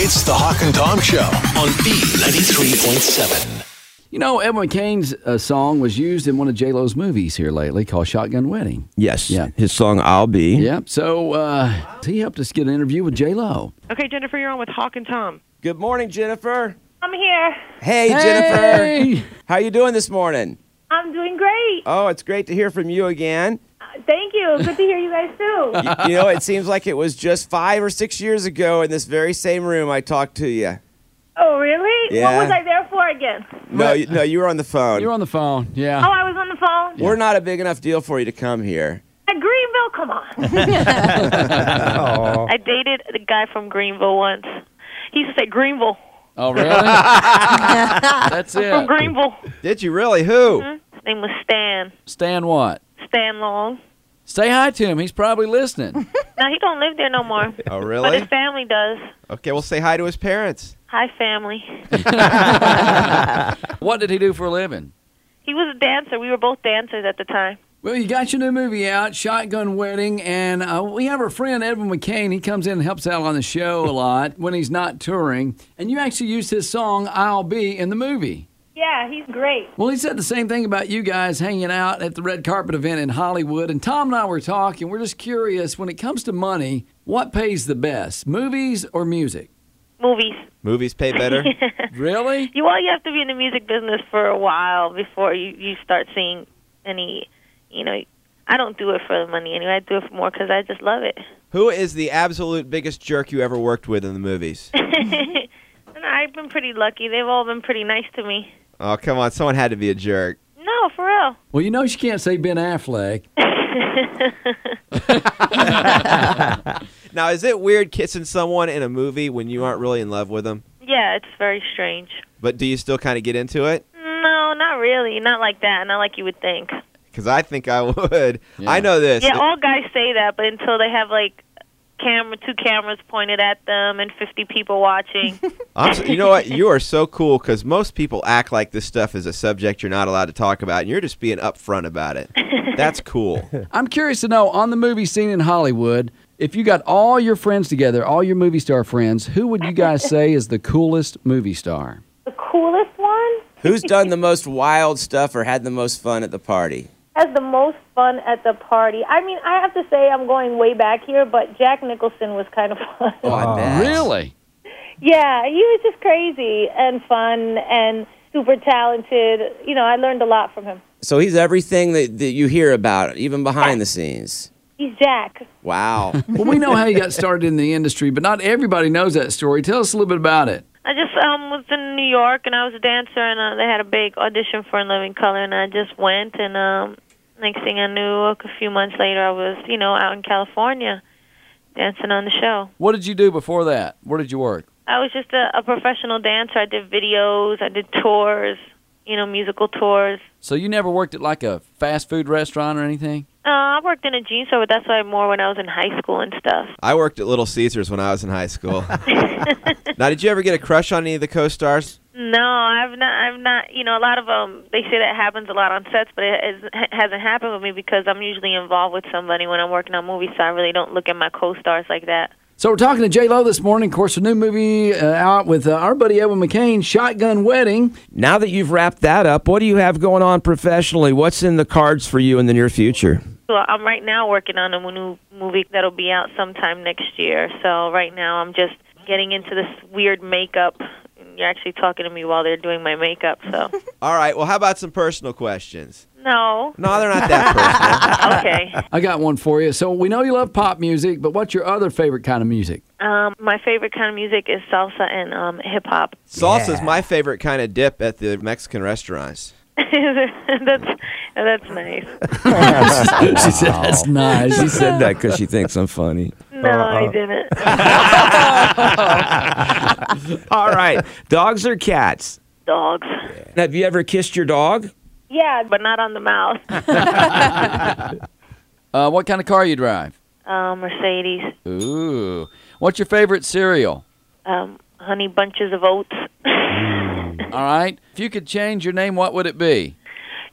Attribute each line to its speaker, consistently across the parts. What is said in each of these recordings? Speaker 1: It's the Hawk and Tom Show on B93.7.
Speaker 2: You know, Ed McCain's uh, song was used in one of J Lo's movies here lately called Shotgun Wedding.
Speaker 3: Yes.
Speaker 2: Yeah.
Speaker 3: His song I'll Be.
Speaker 2: Yep. So uh, he helped us get an interview with J Lo.
Speaker 4: Okay, Jennifer, you're on with Hawk and Tom.
Speaker 3: Good morning, Jennifer.
Speaker 5: I'm here.
Speaker 3: Hey, Jennifer. How you doing this morning?
Speaker 5: I'm doing great.
Speaker 3: Oh, it's great to hear from you again.
Speaker 5: Thank you. Good to hear you guys too.
Speaker 3: You, you know, it seems like it was just 5 or 6 years ago in this very same room I talked to you.
Speaker 5: Oh, really?
Speaker 3: Yeah.
Speaker 5: What was I there for again?
Speaker 3: No, you, no, you were on the phone.
Speaker 2: You're on the phone.
Speaker 5: Oh,
Speaker 2: Yeah.
Speaker 5: I was on the phone.
Speaker 3: We're not a big enough deal for you to come here.
Speaker 5: At Greenville, come on.
Speaker 3: Oh.
Speaker 4: I dated a guy from Greenville once. He used to say Greenville,
Speaker 2: Oh, really? That's
Speaker 4: from
Speaker 2: it.
Speaker 4: Greenville.
Speaker 3: Did you really? Who?
Speaker 4: His name was Stan,
Speaker 2: Stan what?
Speaker 4: Stan Long.
Speaker 2: Say hi to him. He's probably listening.
Speaker 4: Now he don't live there no more,
Speaker 3: Oh,
Speaker 4: but his
Speaker 3: really?
Speaker 4: family does.
Speaker 3: Okay, well say hi to his parents.
Speaker 4: Hi, family.
Speaker 2: What did he do for a living?
Speaker 4: He was a dancer. We were both dancers at the time.
Speaker 2: Well, you got your new movie out, Shotgun Wedding, and uh, we have our friend Edwin McCain. He comes in and helps out on the show a lot when he's not touring. And you actually used his song "I'll Be" in the movie.
Speaker 5: yeah, he's great.
Speaker 2: Well, he said the same thing about you guys hanging out at the red carpet event in Hollywood. And Tom and I were talking. We're just curious when it comes to money, what pays the best, movies or music?
Speaker 4: Movies.
Speaker 3: Movies pay better.
Speaker 2: Really?
Speaker 4: You well, you have to be in the music business for a while before you you start seeing any, you know. I don't do it for the money anyway. I do it for more because I just love it.
Speaker 3: Who is the absolute biggest jerk you ever worked with in the movies? Mm-hmm.
Speaker 4: And I've been pretty lucky. They've all been pretty nice to me.
Speaker 3: Oh, come on. Someone had to be a jerk.
Speaker 4: No, for real.
Speaker 2: Well, you know she can't say Ben Affleck.
Speaker 3: Now, is it weird kissing someone in a movie when you aren't really in love with them?
Speaker 4: Yeah, it's very strange.
Speaker 3: But do you still kind of get into it?
Speaker 4: No, not really. Not like that. Not like you would think.
Speaker 3: Because I think I would. I know this.
Speaker 4: Yeah, oh, all guys say that, but until they have like camera, two cameras pointed at them, and fifty people watching.
Speaker 3: I'm so- you know what? You are so cool because most people act like this stuff is a subject you're not allowed to talk about, and you're just being upfront about it. That's cool.
Speaker 2: I'm curious to know on the movie scene in Hollywood, if you got all your friends together, all your movie star friends, who would you guys say is the coolest movie star?
Speaker 5: The coolest one
Speaker 6: Who's done the most wild stuff or had the most fun at the party?
Speaker 5: has the most fun at the party. I mean, I have to say I'm going way back here, but Jack Nicholson was kind of fun.
Speaker 6: Oh, I bet.
Speaker 2: Really?
Speaker 5: Yeah, he was just crazy and fun and super talented. You know, I learned a lot from him.
Speaker 6: So he's everything that, that you hear about, even behind the scenes.
Speaker 5: He's Jack.
Speaker 6: Wow.
Speaker 2: Well, we know how you got started in the industry, but not everybody knows that story. Tell us a little bit about it.
Speaker 4: I just um was in New York, and I was a dancer, and uh, they had a big audition for In Living Color, and I just went, and um next thing I knew, a few months later, I was you know out in California, dancing on the show.
Speaker 2: What did you do before that? Where did you work?
Speaker 4: I was just a, a professional dancer. I did videos, I did tours, you know, musical tours.
Speaker 2: So you never worked at like a fast food restaurant or anything?
Speaker 4: Uh, I worked in a jean store, but that's why more when I was in high school and stuff.
Speaker 3: I worked at Little Caesars when I was in high school. now, did you ever get a crush on any of the co-stars?
Speaker 4: No, I've not. I've not. You know, a lot of um, they say that happens a lot on sets, but it, is- it hasn't happened with me because I'm usually involved with somebody when I'm working on movies, so I really don't look at my co-stars like that.
Speaker 2: So we're talking to J Lo this morning. Of course, a new movie uh, out with uh, our buddy Edwin McCain, Shotgun Wedding.
Speaker 6: now that you've wrapped that up, what do you have going on professionally? What's in the cards for you in the near future?
Speaker 4: So I'm right now working on a new movie that'll be out sometime next year. So right now I'm just getting into this weird makeup. You're actually talking to me while they're doing my makeup, so
Speaker 3: All right. Well, how about some personal questions?
Speaker 4: no.
Speaker 3: No, they're not that personal.
Speaker 4: Okay.
Speaker 2: I got one for you. So we know you love pop music, but what's your other favorite kind of music?
Speaker 4: Um, my favorite kind of music is salsa and um, hip hop.
Speaker 3: Salsa is my favorite kind of dip at the Mexican restaurants.
Speaker 4: that's that's nice.
Speaker 6: she said,
Speaker 2: That's nice.
Speaker 6: she said that because she thinks I'm funny.
Speaker 4: No, I didn't.
Speaker 6: All right. Dogs or cats?
Speaker 4: Dogs,
Speaker 6: Have you ever kissed your dog?
Speaker 5: Yeah, but
Speaker 4: but not on the mouth.
Speaker 2: Uh, what kind of car you drive?
Speaker 4: Um, Mercedes,
Speaker 2: Ooh. What's your favorite cereal?
Speaker 4: um, honey bunches of oats.
Speaker 2: All right. If you could change your name, what would it be?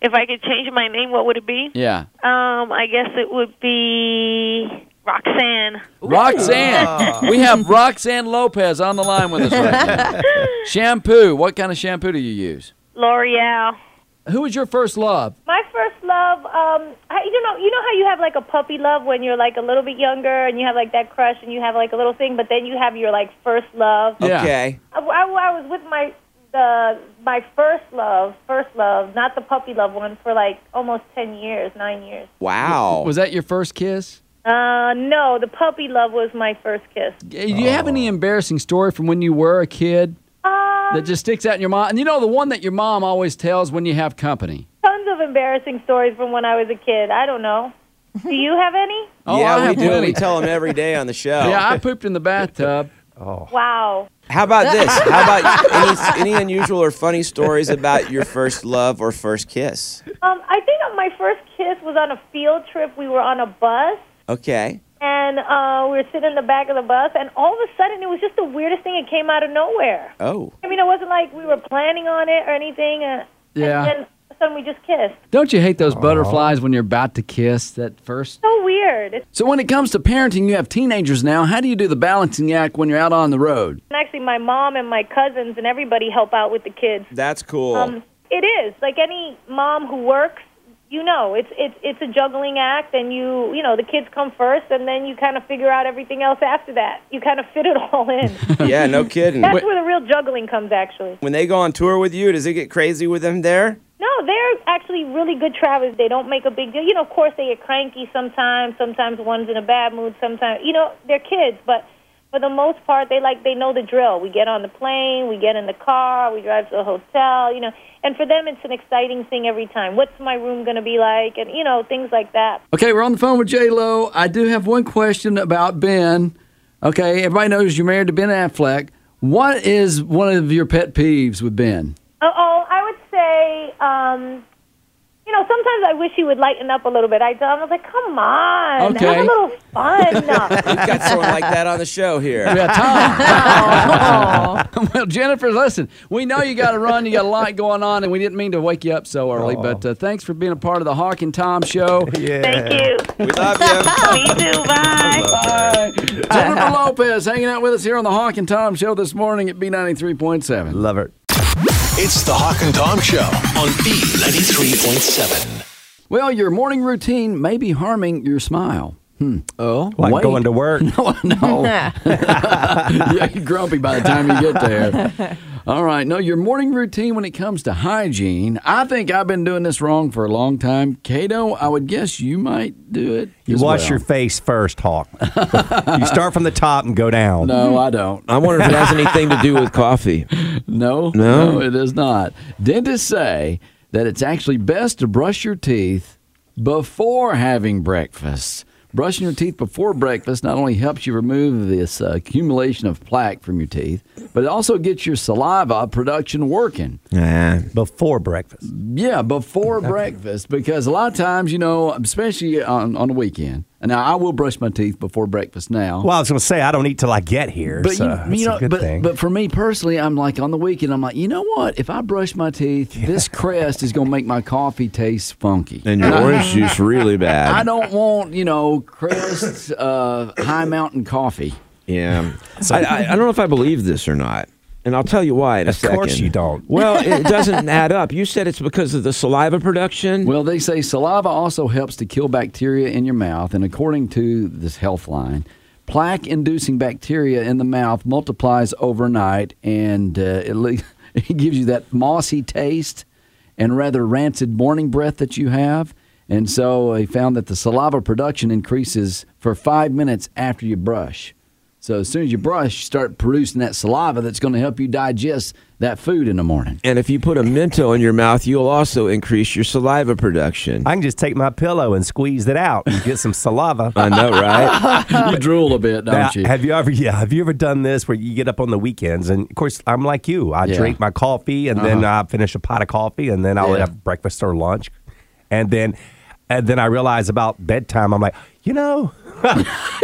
Speaker 4: if I could change my name, what would it be?
Speaker 2: Yeah.
Speaker 4: Um, I guess it would be Roxanne.
Speaker 2: Roxanne. we have Roxanne Lopez on the line with us right now. shampoo. What kind of shampoo do you use?
Speaker 4: L'Oreal.
Speaker 2: Who was your first love?
Speaker 5: My first love, um, I, you know, you know how you have like a puppy love when you're like a little bit younger, and you have like that crush, and you have like a little thing, but then you have your like first love.
Speaker 2: Yeah.
Speaker 3: Okay.
Speaker 5: I, I, I was with my the my first love, first love, not the puppy love one, for like almost ten years, nine years.
Speaker 3: Wow.
Speaker 2: Was that your first kiss?
Speaker 5: Uh, no, the puppy love was my first kiss.
Speaker 2: Do you have
Speaker 3: Oh.
Speaker 2: any embarrassing story from when you were a kid
Speaker 5: Um,
Speaker 2: that just sticks out in your mind? And you know the one that your mom always tells when you have company.
Speaker 5: tons of embarrassing stories from when I was a kid. I don't know. Do you have any?
Speaker 2: Oh,
Speaker 3: yeah,
Speaker 2: I
Speaker 3: we
Speaker 2: have
Speaker 3: do.
Speaker 2: plenty.
Speaker 3: We tell them every day on the show.
Speaker 2: Yeah, I pooped in the bathtub.
Speaker 5: Wow.
Speaker 3: How about this? How about any, any unusual or funny stories about your first love or first kiss?
Speaker 5: Um, I think my first kiss was on a field trip. We were on a bus.
Speaker 3: Okay.
Speaker 5: And uh, we were sitting in the back of the bus, and all of a sudden, it was just the weirdest thing. It came out of nowhere.
Speaker 3: Oh.
Speaker 5: I mean, it wasn't like we were planning on it or anything. Uh,
Speaker 2: Yeah.
Speaker 5: And then all of a sudden, we just kissed.
Speaker 2: Don't you hate those butterflies when you're about to kiss that first?
Speaker 5: So weird. It's
Speaker 2: So when it comes to parenting, you have teenagers now. How do you do the balancing act when you're out on the road?
Speaker 5: and actually my mom and my cousins and everybody help out with the kids.
Speaker 3: That's cool.
Speaker 5: Um, it is like any mom who works. You know, it's it's it's a juggling act, and you you know the kids come first, and then you kind of figure out everything else after that. You kind of fit it all in.
Speaker 3: yeah, no kidding.
Speaker 5: That's where the real juggling comes, actually.
Speaker 3: When they go on tour with you, does it get crazy with them there?
Speaker 5: No, they're actually really good travelers. They don't make a big deal. You know, of course, they get cranky sometimes. Sometimes one's in a bad mood. Sometimes, you know, they're kids, but for the most part, they like they know the drill. We get on the plane, we get in the car, we drive to the hotel. You know, and for them, it's an exciting thing every time. What's my room going to be like? And you know, things like that.
Speaker 2: Okay, we're on the phone with J Lo. I do have one question about Ben. Okay, everybody knows you're married to Ben Affleck. What is one of your pet peeves with Ben?
Speaker 5: Uh oh, I would say, um, you know, sometimes I wish he would lighten up a little bit. I, I was like, come on,
Speaker 2: Okay.
Speaker 5: have a little fun.
Speaker 3: We've got someone like that on the show here.
Speaker 2: Yeah, Tom. well, Jennifer, listen, we know you got to run. You got a lot going on, and we didn't mean to wake you up so early. But uh, thanks for being a part of the Hawk and Tom show.
Speaker 4: Thank you.
Speaker 3: We love you.
Speaker 4: Me too. Bye.
Speaker 2: Bye. Jennifer Lopez hanging out with us here on the Hawk and Tom show this morning at B93.7.
Speaker 7: Love it.
Speaker 1: It's the Hawk and Tom Show on B93.7.
Speaker 2: Well, your morning routine may be harming your smile. Hmm. Oh,
Speaker 7: Like going to work.
Speaker 2: Oh, no. yeah, you're grumpy by the time you get there. All right. No, your morning routine when it comes to hygiene, I think I've been doing this wrong for a long time. Cato, I would guess you might do it.
Speaker 7: You
Speaker 2: as
Speaker 7: wash
Speaker 2: well.
Speaker 7: your face first, Hawk. you start from the top and go down.
Speaker 2: No, I don't.
Speaker 3: I wonder if it has anything to do with coffee.
Speaker 2: No,
Speaker 3: No?
Speaker 2: it is not. Dentists say that it's actually best to brush your teeth before having breakfast. Brushing your teeth before breakfast not only helps you remove this uh, accumulation of plaque from your teeth, but it also gets your saliva production working.
Speaker 3: Yeah.
Speaker 7: Before breakfast.
Speaker 2: Yeah, before breakfast, because a lot of times, you know, especially on, on the weekend, and now I will brush my teeth before breakfast now.
Speaker 7: Well, I was going to say, I don't eat till I get here.
Speaker 2: But
Speaker 7: so
Speaker 2: you,
Speaker 7: it's
Speaker 2: you know,
Speaker 7: a good
Speaker 2: but,
Speaker 7: thing.
Speaker 2: but for me personally, I'm like on the weekend, I'm like, you know what? If I brush my teeth, this crest is gonna make my coffee taste funky.
Speaker 3: And your orange juice really bad.
Speaker 2: I don't want you know crest uh, high mountain coffee.
Speaker 3: Yeah. I, I, I don't know if I believe this or not. And I'll tell you why in a
Speaker 7: Of
Speaker 3: second.
Speaker 7: course you don't.
Speaker 3: Well, it doesn't add up. You said it's because of the saliva production.
Speaker 2: Well, they say saliva also helps to kill bacteria in your mouth, and according to this health line. Plaque inducing bacteria in the mouth multiplies overnight and uh, it, le- it gives you that mossy taste and rather rancid morning breath that you have. And so they found that the saliva production increases for five minutes after you brush. So as soon as you brush, you start producing that saliva that's going to help you digest that food in the morning.
Speaker 3: and if you put a Mento in your mouth, you'll also increase your saliva production.
Speaker 7: I can just take my pillow and squeeze it out and get some saliva.
Speaker 3: I know, right?
Speaker 2: you drool a bit,
Speaker 7: Now,
Speaker 2: don't you?
Speaker 7: Have you ever? Yeah, have you ever done this where you get up on the weekends? And of course, I'm like you. I
Speaker 2: Yeah. Uh-huh.
Speaker 7: drink my coffee and then I finish a pot of coffee and then I'll
Speaker 2: Yeah.
Speaker 7: have breakfast or lunch, and then and then I realize about bedtime. I'm like, you know,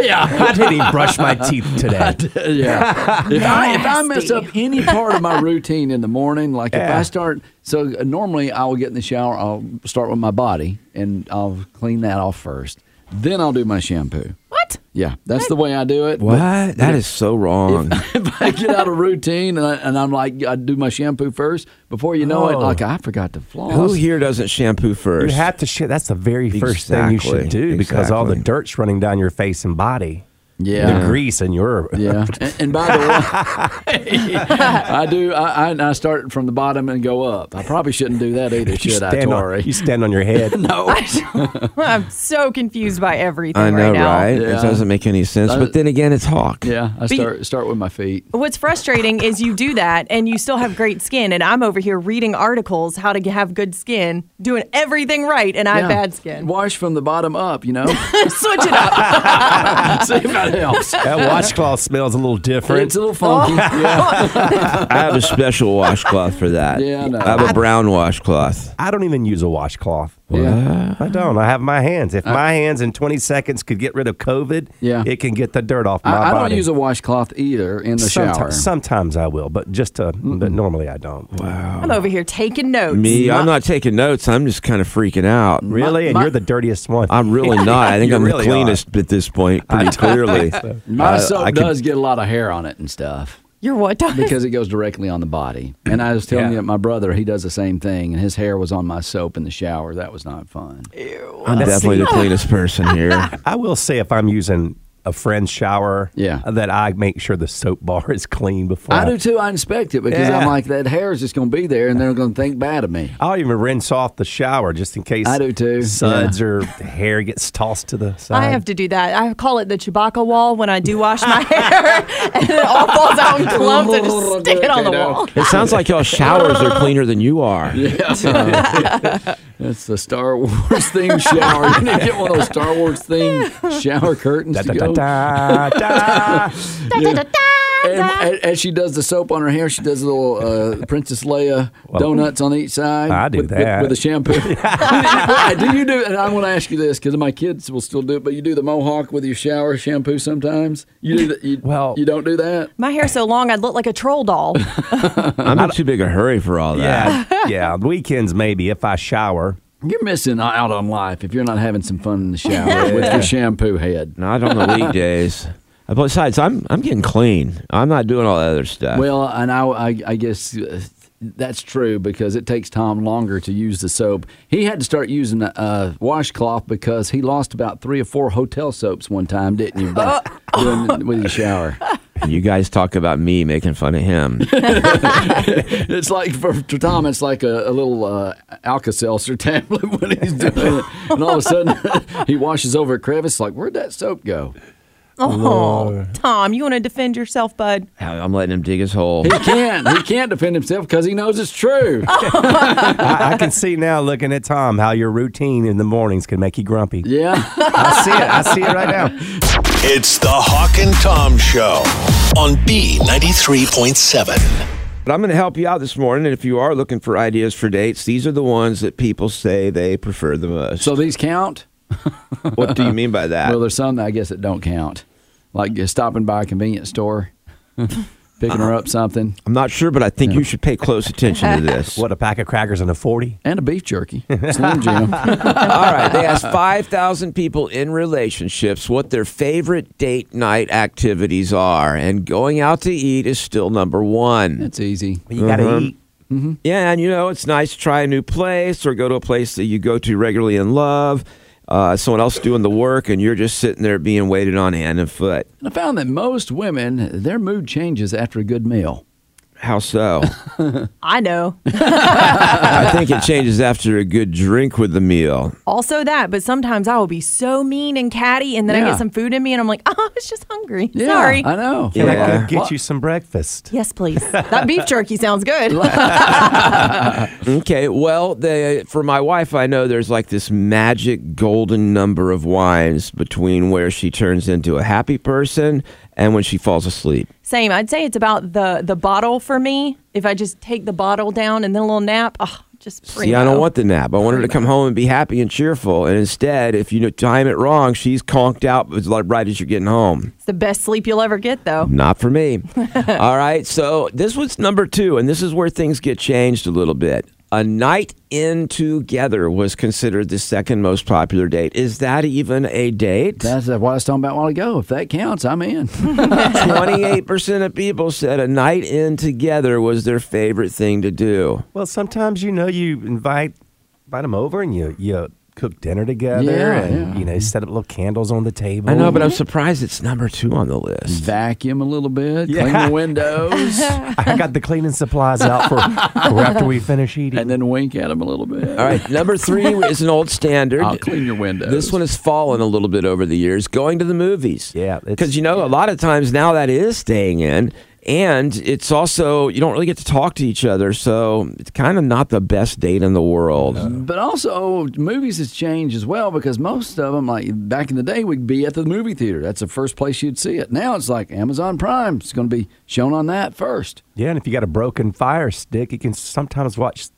Speaker 2: yeah.
Speaker 7: I didn't even brush my teeth today.
Speaker 2: yeah. If I, if I mess up any part of my routine in the morning, like if
Speaker 7: Yeah.
Speaker 2: I start, so uh, normally I will get in the shower, I'll start with my body and I'll clean that off first. Then I'll do my shampoo.
Speaker 8: What?
Speaker 2: Yeah, that's the way I do it.
Speaker 3: What? That is so wrong.
Speaker 2: if I get out of routine and, I, and I'm like, I do my shampoo first. Before you know it,
Speaker 7: Oh.
Speaker 2: like I forgot to floss.
Speaker 3: Who here doesn't shampoo
Speaker 7: You
Speaker 3: first?
Speaker 7: have to shit. That's the very first thing you should
Speaker 3: Exactly,
Speaker 7: do because all the
Speaker 3: exactly.
Speaker 7: dirt's running down your face and body.
Speaker 2: Yeah.
Speaker 7: The grease in your.
Speaker 2: Yeah, and, and by the way, I do. I, I, I start from the bottom and go up. I probably shouldn't do that either,
Speaker 7: you,
Speaker 2: should I,
Speaker 7: stand
Speaker 2: Tori?
Speaker 7: on, you stand on your head.
Speaker 2: no,
Speaker 8: I'm so confused by everything
Speaker 3: I know,
Speaker 8: right now.
Speaker 3: right?
Speaker 2: Yeah.
Speaker 3: It doesn't make any sense. but then again, it's Hawk.
Speaker 2: yeah, I
Speaker 8: you-
Speaker 2: start start with my feet.
Speaker 8: What's frustrating is you do that and you still have great skin, and I'm over here reading articles how to g- have good skin, doing everything right, and I
Speaker 2: Yeah.
Speaker 8: have bad skin.
Speaker 2: Wash from the bottom up, you know.
Speaker 8: Switch it up.
Speaker 2: See if that helps.
Speaker 7: that washcloth smells a little different.
Speaker 2: It's a little funky.
Speaker 8: Oh.
Speaker 2: Yeah.
Speaker 3: I have a special washcloth for that.
Speaker 2: Yeah, I know.
Speaker 3: I have a brown washcloth.
Speaker 7: I don't even use a washcloth.
Speaker 2: Yeah.
Speaker 7: I don't. I have my hands. If my hands in 20 seconds could get rid of COVID,
Speaker 2: Yeah.
Speaker 7: it can get the dirt off my
Speaker 2: I, I
Speaker 7: body.
Speaker 2: don't use a washcloth either in the
Speaker 7: Someti-
Speaker 2: shower.
Speaker 7: Sometimes I will, but just to, but normally I don't.
Speaker 8: I'm over here taking notes.
Speaker 3: Me, I'm not taking notes. I'm just kind of freaking out.
Speaker 7: Really? and
Speaker 2: my-
Speaker 7: you're the dirtiest one.
Speaker 3: I'm really not. I think
Speaker 7: You
Speaker 3: I'm
Speaker 7: really
Speaker 3: the cleanest at this point, pretty clearly.
Speaker 2: My
Speaker 7: Uh,
Speaker 3: I-
Speaker 2: soap
Speaker 3: I could-
Speaker 2: does get a lot of hair on it and stuff.
Speaker 8: You're what? Doc?
Speaker 2: because it goes directly on the body. And I was telling
Speaker 7: Yeah.
Speaker 2: you, my brother, he does the same thing, and his hair was on my soap in the shower. That was not fun.
Speaker 3: I'm definitely the cleanest person here.
Speaker 7: I will say if I'm using a friend's shower,
Speaker 2: Yeah.
Speaker 7: that I make sure the soap bar is clean before.
Speaker 2: I do too. I inspect it because I'm
Speaker 7: Yeah.
Speaker 2: like, that hair is just going to be there, and they're going to think bad of me.
Speaker 7: I'll even rinse off the shower just in case.
Speaker 2: I do too,
Speaker 7: Suds
Speaker 2: yeah.
Speaker 7: or hair gets tossed to the side.
Speaker 8: I have to do that. I call it the Chewbacca wall when I do wash my hair, and it all falls out in clumps and just stick it on the wall.
Speaker 3: It sounds like y'all showers are cleaner than you are.
Speaker 2: That's the Star Wars theme shower. You need to get one of those Star Wars theme shower curtains
Speaker 7: Da,
Speaker 2: to
Speaker 7: da,
Speaker 2: go.
Speaker 7: da, da, da.
Speaker 2: And, and- as she does the soap on her hair, she does little uh, Princess Leia donuts on each side.
Speaker 7: I do
Speaker 2: with, with-
Speaker 7: that.
Speaker 2: with, a shampoo. Why do you do? And I'm going to ask you this because my kids will still do it. But you do the mohawk with your shower shampoo sometimes. You do that. You,
Speaker 7: Well-
Speaker 2: you don't do that.
Speaker 8: My hair's so long, I'd look like a troll doll.
Speaker 3: I'm in too big a hurry for all that.
Speaker 7: Yeah, yeah. Weekends maybe if I shower.
Speaker 2: You're missing out on life if you're not having some fun in the shower with your shampoo head.
Speaker 3: Not on the weekdays. Uh, Besides, I'm I'm getting clean. I'm not doing all that other stuff.
Speaker 2: Well, and I, I, I guess uh, that's true because it takes Tom longer to use the soap. He had to start using a, a washcloth because he lost about three or four hotel soaps one time, didn't you? Doc? Doing it with your shower.
Speaker 3: And you guys talk about me making fun of him.
Speaker 2: It's like for, for Tom, it's like a, a little uh, Alka Seltzer tablet when he's doing it, and all of a sudden he washes over a crevice. Like, where'd that soap go?
Speaker 8: Oh, Tom, you want to defend yourself, bud?
Speaker 3: I'm letting him dig his hole.
Speaker 2: He can't. He can't defend himself because he knows it's true.
Speaker 7: I, I can see now looking at Tom how your routine in the mornings can make you grumpy.
Speaker 2: Yeah.
Speaker 7: I see it. I see it right now.
Speaker 1: It's the Hawk and Tom Show on B93.7.
Speaker 3: But I'm going to help you out this morning. And if you are looking for ideas for dates, these are the ones that people say they prefer the most.
Speaker 2: So these count.
Speaker 3: what do you mean by that?
Speaker 2: Well, there's some that I guess that don't count, like just stopping by a convenience store, picking her up something,
Speaker 3: I'm not sure, but I think you should pay close attention to this.
Speaker 7: What a pack of crackers and a forty.
Speaker 2: and a beef jerky, Slim Jim.
Speaker 3: All right. They asked 5,000 people in relationships what their favorite date night activities are. And going out to eat is still number one.
Speaker 2: That's easy.
Speaker 7: You gotta
Speaker 2: Mm-hmm.
Speaker 3: Uh-huh.
Speaker 7: eat.
Speaker 3: Yeah, and you know, it's nice to try a new place or go to a place that you go to regularly and love. Uh, someone else doing the work, and you're just sitting there being waited on hand and foot.
Speaker 2: And I found that most women, their mood changes after a good meal.
Speaker 3: How so?
Speaker 8: I know.
Speaker 3: I think it changes after a good drink with the meal.
Speaker 8: Also that, but sometimes I will be so mean and catty, and then I
Speaker 2: Yeah.
Speaker 8: get some food in me, and I'm like, oh, I was just hungry.
Speaker 2: Yeah,
Speaker 8: Sorry.
Speaker 2: I know.
Speaker 7: Can I
Speaker 3: Yeah.
Speaker 7: could get you some breakfast?
Speaker 8: Yes, please. That beef jerky sounds good.
Speaker 3: Okay, well, the, for my wife, I know there's like this magic golden number of wines between where she turns into a happy person and when she falls asleep.
Speaker 8: Same. I'd say it's about the the bottle for me. If I just take the bottle down and then a little nap, oh, just primo.
Speaker 3: See, I don't want the nap. I want her to come home and be happy and cheerful. And instead, if you time it wrong, she's conked out but it's like right as you're getting home.
Speaker 8: It's the best sleep you'll ever get, though.
Speaker 3: Not for me. All right. So this was number two, and this is where things get changed a little bit. A night in together was considered the second most popular date. Is that even a date?
Speaker 2: That's what I was talking about a while ago. If that counts, I'm in.
Speaker 3: 28% of people said a night in together was their favorite thing to do.
Speaker 7: Well, sometimes you know you invite invite them over and you you cook dinner together
Speaker 2: Yeah,
Speaker 7: and
Speaker 2: yeah.
Speaker 7: you know set up little candles on the table.
Speaker 3: I know, but I'm surprised it's number two on the list.
Speaker 2: Vacuum a little bit, clean
Speaker 7: Yeah.
Speaker 2: the windows,
Speaker 7: I got the cleaning supplies out for, for after we finish eating.
Speaker 2: and then wink at them a little bit.
Speaker 3: All right, number three is an old standard.
Speaker 2: I'll clean your windows.
Speaker 3: This one has fallen a little bit over the years. Going to the movies,
Speaker 7: Yeah, it's-
Speaker 3: because you know a lot of times now that is staying in, and it's also you don't really get to talk to each other, so it's kind of not the best date in the world.
Speaker 2: But also, movies has changed as well because most of them, like back in the day, would be at the movie theater. That's the first place you'd see it. Now it's like Amazon Prime. It's going to be shown on that first.
Speaker 7: yeah, and if you got a broken fire stick, you can sometimes watch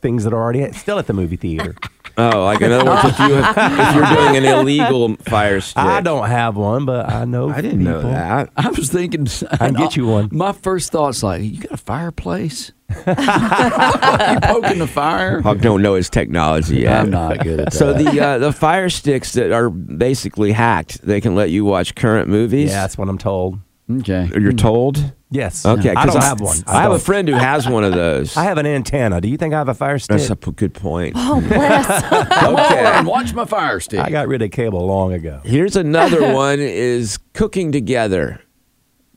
Speaker 7: things that are already at, still at the movie theater.
Speaker 3: Oh, like in other words, if, you, if you're doing an illegal fire stick,
Speaker 7: I don't have one, but I know.
Speaker 3: I didn't know
Speaker 7: people.
Speaker 3: that.
Speaker 2: I was thinking,
Speaker 7: I can get you one.
Speaker 2: My first thought's like, you got a fireplace? you poking the fire?
Speaker 3: Hawk don't know his technology yet.
Speaker 2: I'm not good at that.
Speaker 3: So the uh, the fire sticks that are basically hacked, they can let you watch current movies.
Speaker 7: Yeah, that's what I'm told.
Speaker 2: okay.
Speaker 3: Or you're told.
Speaker 7: Yes.
Speaker 3: Okay,
Speaker 7: I
Speaker 3: 'cause
Speaker 7: don't have one.
Speaker 3: I, have a
Speaker 7: don't.
Speaker 3: friend who has one of those.
Speaker 7: I have an antenna. Do you think I have a fire stick?
Speaker 3: That's a p- good point.
Speaker 8: Oh,
Speaker 2: And watch my fire stick.
Speaker 7: I got rid of cable long ago.
Speaker 3: Here's another one: is cooking together.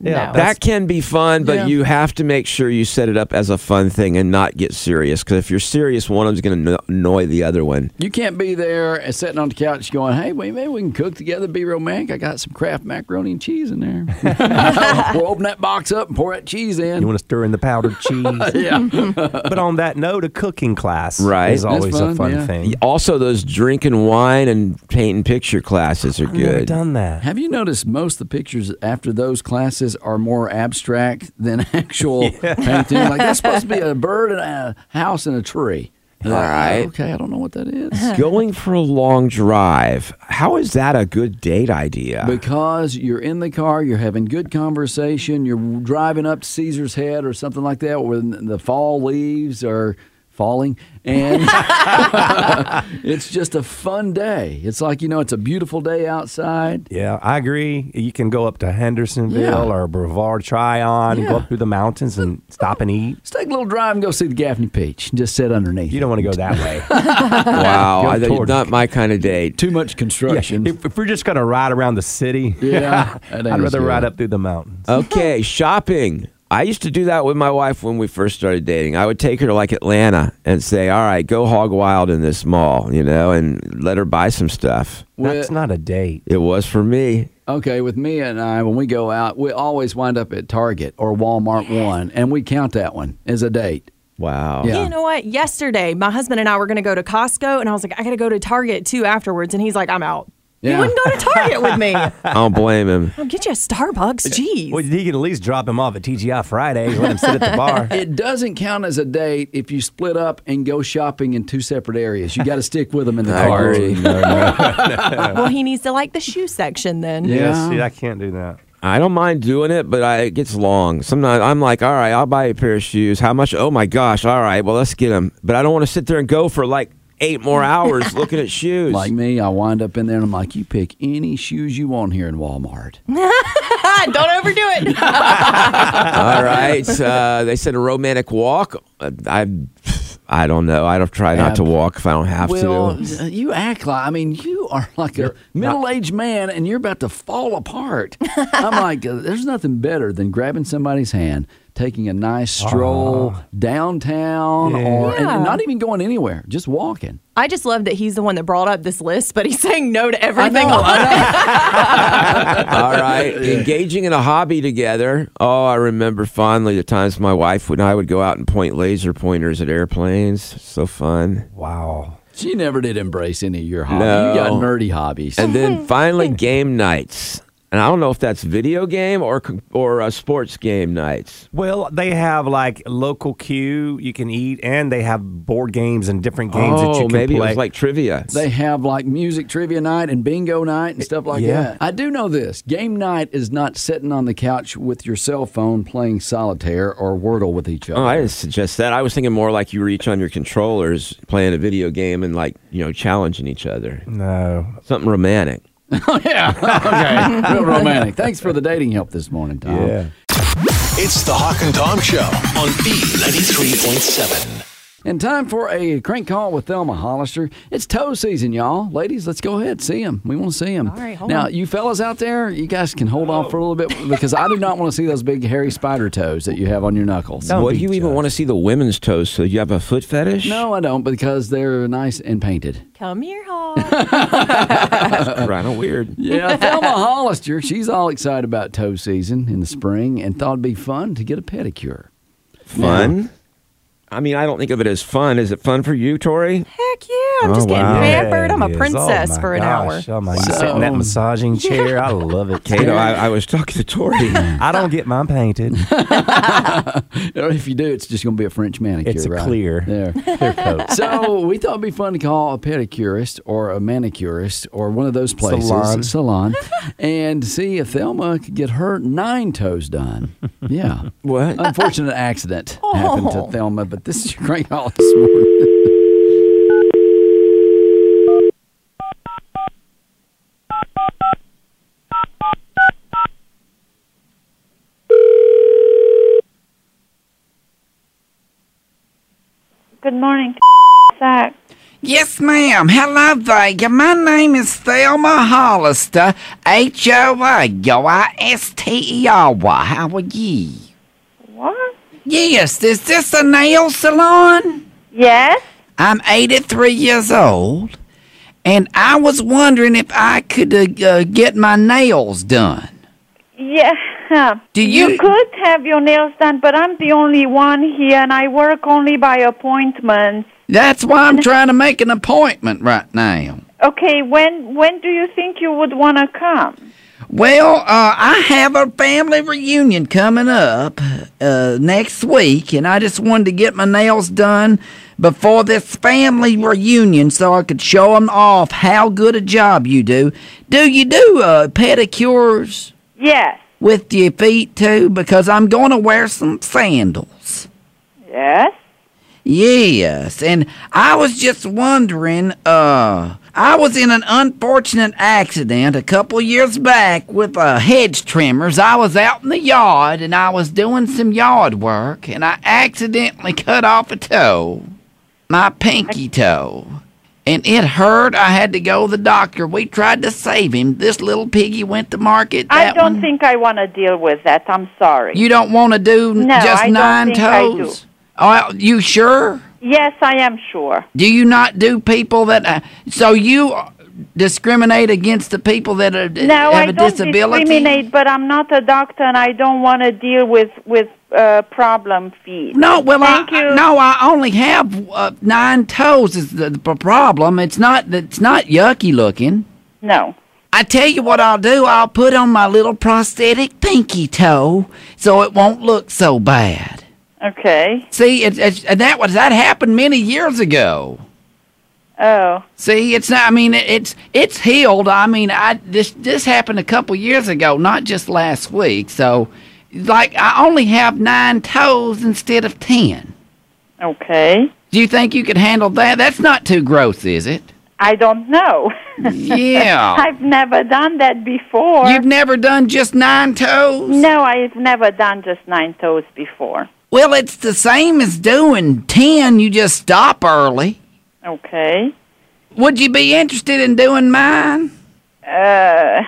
Speaker 7: Yeah,
Speaker 8: No.
Speaker 7: Oh. that's-
Speaker 3: That can be fun, but
Speaker 2: Yeah.
Speaker 3: you have to make sure you set it up as a fun thing and not get serious. Because if you're serious, one of them's going to annoy the other one.
Speaker 2: You can't be there and sitting on the couch going, hey, wait, maybe we can cook together, be romantic. I got some Kraft macaroni and cheese in there. we'll open that box up and pour that cheese in.
Speaker 7: you want to stir in the powdered cheese.
Speaker 2: yeah.
Speaker 7: but on that note, a cooking class
Speaker 3: Right.
Speaker 7: is
Speaker 3: That's
Speaker 7: always a
Speaker 2: fun,
Speaker 7: fun
Speaker 2: yeah.
Speaker 7: thing.
Speaker 3: Also, those drinking wine and painting picture classes are
Speaker 7: I've never
Speaker 3: good.
Speaker 7: done that.
Speaker 2: Have you noticed most of the pictures after those classes are more abstract than actual painting? Like that's supposed to be a bird and a house and a tree. All right.
Speaker 3: right.
Speaker 2: Okay, I don't know what that is.
Speaker 3: Going for a long drive. How is that a good date idea?
Speaker 7: Ah.
Speaker 2: Because you're in the car, you're having good conversation, you're driving up to Caesar's Head or something like that when the fall leaves are falling and it's just a fun day. It's like, you know, it's a beautiful day outside.
Speaker 7: Yeah, I agree. You can go up to Hendersonville
Speaker 2: Yeah.
Speaker 7: or Brevard Tryon and go
Speaker 2: Yeah.
Speaker 7: up through the mountains and stop and eat.
Speaker 2: Let's take a little drive and go see the Gaffney Peach and just sit underneath.
Speaker 7: You don't want to go that way.
Speaker 3: wow,
Speaker 7: Go
Speaker 3: I,
Speaker 7: toward-
Speaker 3: not my kind of date.
Speaker 2: too much construction.
Speaker 7: if, if we're just going to ride around the city,
Speaker 2: Yeah, that
Speaker 7: I'd
Speaker 2: ain't
Speaker 7: rather
Speaker 2: good.
Speaker 7: ride up through the mountains.
Speaker 3: Okay, shopping. I used to do that with my wife when we first started dating. I would take her to like Atlanta and say, "All right, go hog wild in this mall," you know, and let her buy some stuff.
Speaker 7: That's not a date.
Speaker 3: It was for me.
Speaker 2: Okay, with me and I, when we go out, we always wind up at Target or Walmart one, and we count that one as a date.
Speaker 3: Wow.
Speaker 2: Yeah.
Speaker 8: You know what? Yesterday, my husband and I were going to go to Costco, and I was like, I got to go to Target too afterwards. And he's like, I'm out.
Speaker 2: Yeah.
Speaker 8: You wouldn't go to Target with me. I'll
Speaker 3: I don't blame him.
Speaker 8: get you a Starbucks. Jeez.
Speaker 7: Well, he can at least drop him off at TGI Fridays, let him sit at the bar.
Speaker 2: It doesn't count as a date if you split up and go shopping in two separate areas. You got to stick with them in the
Speaker 3: I
Speaker 2: car.
Speaker 3: agree.
Speaker 8: well, he needs to like the shoe section then.
Speaker 2: Yeah.
Speaker 7: yeah, see, I can't do that.
Speaker 3: I don't mind doing it, but I, it gets long. Sometimes I'm like, all right, I'll buy a pair of shoes. How much? Oh my gosh. All right, well, let's get them. But I don't want to sit there and go for like eight more hours looking at shoes.
Speaker 2: Like me, I wind up in there and I'm like, you pick any shoes you want here in Walmart.
Speaker 8: Don't overdo it.
Speaker 3: all right. Uh, they said a romantic walk. Uh, I, I don't know. I don't try not to walk if I don't have
Speaker 2: well,
Speaker 3: to.
Speaker 2: you act like, I mean, you are like a middle aged man and you're about to fall apart. I'm like, uh, there's nothing better than grabbing somebody's hand, taking a nice
Speaker 3: Ah.
Speaker 2: stroll downtown, or and- and
Speaker 8: Yeah.
Speaker 2: not even going anywhere, just walking.
Speaker 8: I just love that he's the one that brought up this list, but he's saying no to everything.
Speaker 3: All right. Engaging in a hobby together. Oh, I remember fondly the times my wife and I would go out and point laser pointers at airplanes. So fun.
Speaker 7: Wow.
Speaker 2: She never did embrace any of your hobbies. You
Speaker 3: No.
Speaker 2: got nerdy hobbies.
Speaker 3: And then finally, game nights. And I don't know if that's video game or c- or uh, sports game nights.
Speaker 7: Well, they have like local queue you can eat, and they have board games and different games
Speaker 3: oh,
Speaker 7: that you can
Speaker 3: maybe
Speaker 7: play.
Speaker 3: it was like trivia.
Speaker 9: They have like music trivia night and bingo night and stuff like
Speaker 7: Yeah.
Speaker 9: that. I do know this. Game night is not sitting on the couch with your cell phone playing solitaire or Wordle with each other.
Speaker 3: Oh, I didn't suggest that. I was thinking more like you reach on your controllers, playing a video game, and like you know challenging each other.
Speaker 7: no,
Speaker 3: Something romantic.
Speaker 9: yeah. Okay. Real romantic. Thanks for the dating help this morning, Tom.
Speaker 7: yeah.
Speaker 1: It's the Hawk and Tom Show on B93.7.
Speaker 9: And time for a crank call with Thelma Hollister. It's toe season, y'all. Ladies, let's go ahead. See them. We want to see them. All
Speaker 8: right, hold
Speaker 9: now,
Speaker 8: on.
Speaker 9: you fellas out there, you guys can hold off for a little bit because I do not want to see those big hairy spider toes that you have on your knuckles.
Speaker 3: What do
Speaker 7: be
Speaker 3: you even want to see the women's toes? So you have a foot fetish?
Speaker 9: No, I don't because they're nice and painted.
Speaker 8: Come here, Hawk.
Speaker 3: kind of Uh-uh. weird.
Speaker 9: Yeah, Thelma Hollister, she's all excited about toe season in the spring and thought it'd be fun to get a pedicure.
Speaker 3: Fun. I mean, I don't think of it as fun. Is it fun for you, Tori?
Speaker 8: Heck yeah. I'm just
Speaker 3: Oh,
Speaker 8: getting
Speaker 3: wow.
Speaker 8: pampered. I'm a
Speaker 7: It is. Oh,
Speaker 8: princess
Speaker 7: my
Speaker 8: for an
Speaker 7: gosh.
Speaker 8: hour.
Speaker 7: Oh my! You sit in that
Speaker 9: So-
Speaker 7: massaging chair. I love it.
Speaker 3: Kato, I, I was talking to Tori.
Speaker 7: I don't get mine painted.
Speaker 9: Or if you do, it's just going to be a French manicure.
Speaker 7: It's a
Speaker 9: right?
Speaker 7: clear-
Speaker 9: There.
Speaker 7: Clear coat.
Speaker 9: so we thought it'd be fun to call a pedicurist or a manicurist or one of those places,
Speaker 7: Salon.
Speaker 9: salon and see if Thelma could get her nine toes done. Yeah.
Speaker 7: Oh,
Speaker 3: what?
Speaker 9: Unfortunate accident happened to
Speaker 8: Oh.
Speaker 9: Thelma, but this is your great call this morning.
Speaker 4: Good morning, Zach.
Speaker 2: Yes, ma'am. Hello there. Yeah, My name is Thelma Hollister, H O L I S T E R Y. How are ye?
Speaker 4: What?
Speaker 2: Yes, is this a nail salon?
Speaker 4: Yes.
Speaker 2: I'm 83 years old, and I was wondering if I could uh, uh, get my nails done.
Speaker 4: Yeah.
Speaker 2: Do you-
Speaker 4: could have your nails done, but I'm the only one here, and I work only by appointment.
Speaker 2: That's why I'm trying to make an appointment right now.
Speaker 4: Okay, when when do you think you would want to come?
Speaker 2: Well, uh, I have a family reunion coming up uh, next week, and I just wanted to get my nails done before this family reunion so I could show them off how good a job you do. Do you do uh, pedicures
Speaker 4: Yes.
Speaker 2: with your feet too? Because I'm going to wear some sandals.
Speaker 4: Yes.
Speaker 2: Yes, and I was just wondering, uh, I was in an unfortunate accident a couple years back with uh, hedge trimmers. I was out in the yard and I was doing some yard work and I accidentally cut off a toe, my pinky toe. And it hurt. I had to go to the doctor. We tried to save him. This little piggy went to market.
Speaker 4: I
Speaker 2: that
Speaker 4: don't
Speaker 2: one-
Speaker 4: think I want to deal with that. I'm sorry.
Speaker 2: You don't want to do n-
Speaker 4: No,
Speaker 2: just
Speaker 4: I don't
Speaker 2: nine
Speaker 4: think I do.
Speaker 2: toes? Oh, you sure?
Speaker 4: yes, I am sure.
Speaker 2: Do you not do people that? Uh, so you discriminate against the people that are,
Speaker 4: No,
Speaker 2: have
Speaker 4: I
Speaker 2: a
Speaker 4: don't
Speaker 2: disability?
Speaker 4: discriminate, but I'm not a doctor, and I don't want to deal with with uh, problem feet.
Speaker 2: No, well,
Speaker 4: Thank
Speaker 2: I,
Speaker 4: you.
Speaker 2: no, I only have uh, nine toes. Is the, the problem? It's not. It's not yucky looking.
Speaker 4: No.
Speaker 2: I tell you what I'll do. I'll put on my little prosthetic pinky toe, so it won't look so bad.
Speaker 4: Okay.
Speaker 2: See, it, it's and that was that happened many years ago.
Speaker 4: Oh.
Speaker 2: See, it's not. I mean, it, it's it's healed. I mean, I this this happened a couple years ago, not just last week. So, like, I only have nine toes instead of ten.
Speaker 4: Okay.
Speaker 2: Do you think you could handle that? That's not too gross, is it?
Speaker 4: I don't know.
Speaker 2: Yeah.
Speaker 4: I've never done that before.
Speaker 2: You've never done just nine toes.
Speaker 4: no, I've never done just nine toes before.
Speaker 2: Well, it's the same as doing ten. You just stop early.
Speaker 4: Okay.
Speaker 2: Would you be interested in doing mine?
Speaker 4: Uh,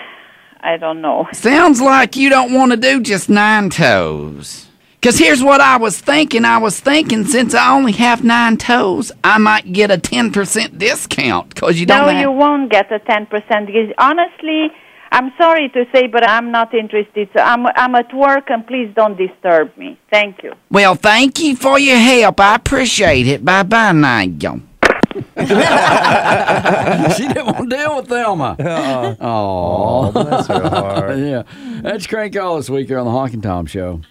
Speaker 4: I don't know.
Speaker 2: Sounds like you don't want to do just nine toes. Because here's what I was thinking. I was thinking since I only have nine toes, I might get a 10% discount because you don't
Speaker 4: No,
Speaker 2: have-
Speaker 4: you won't get a ten percent. Honestly, I'm sorry to say, but I'm not interested. So I'm I'm at work, and please don't disturb me. Thank you.
Speaker 2: Well, thank you for your help. I appreciate it. Bye-bye now, y'all. she didn't want to deal with Thelma. Oh,
Speaker 7: Bless her heart.
Speaker 2: yeah. That's Crank Call this week here on the Honking Tom Show.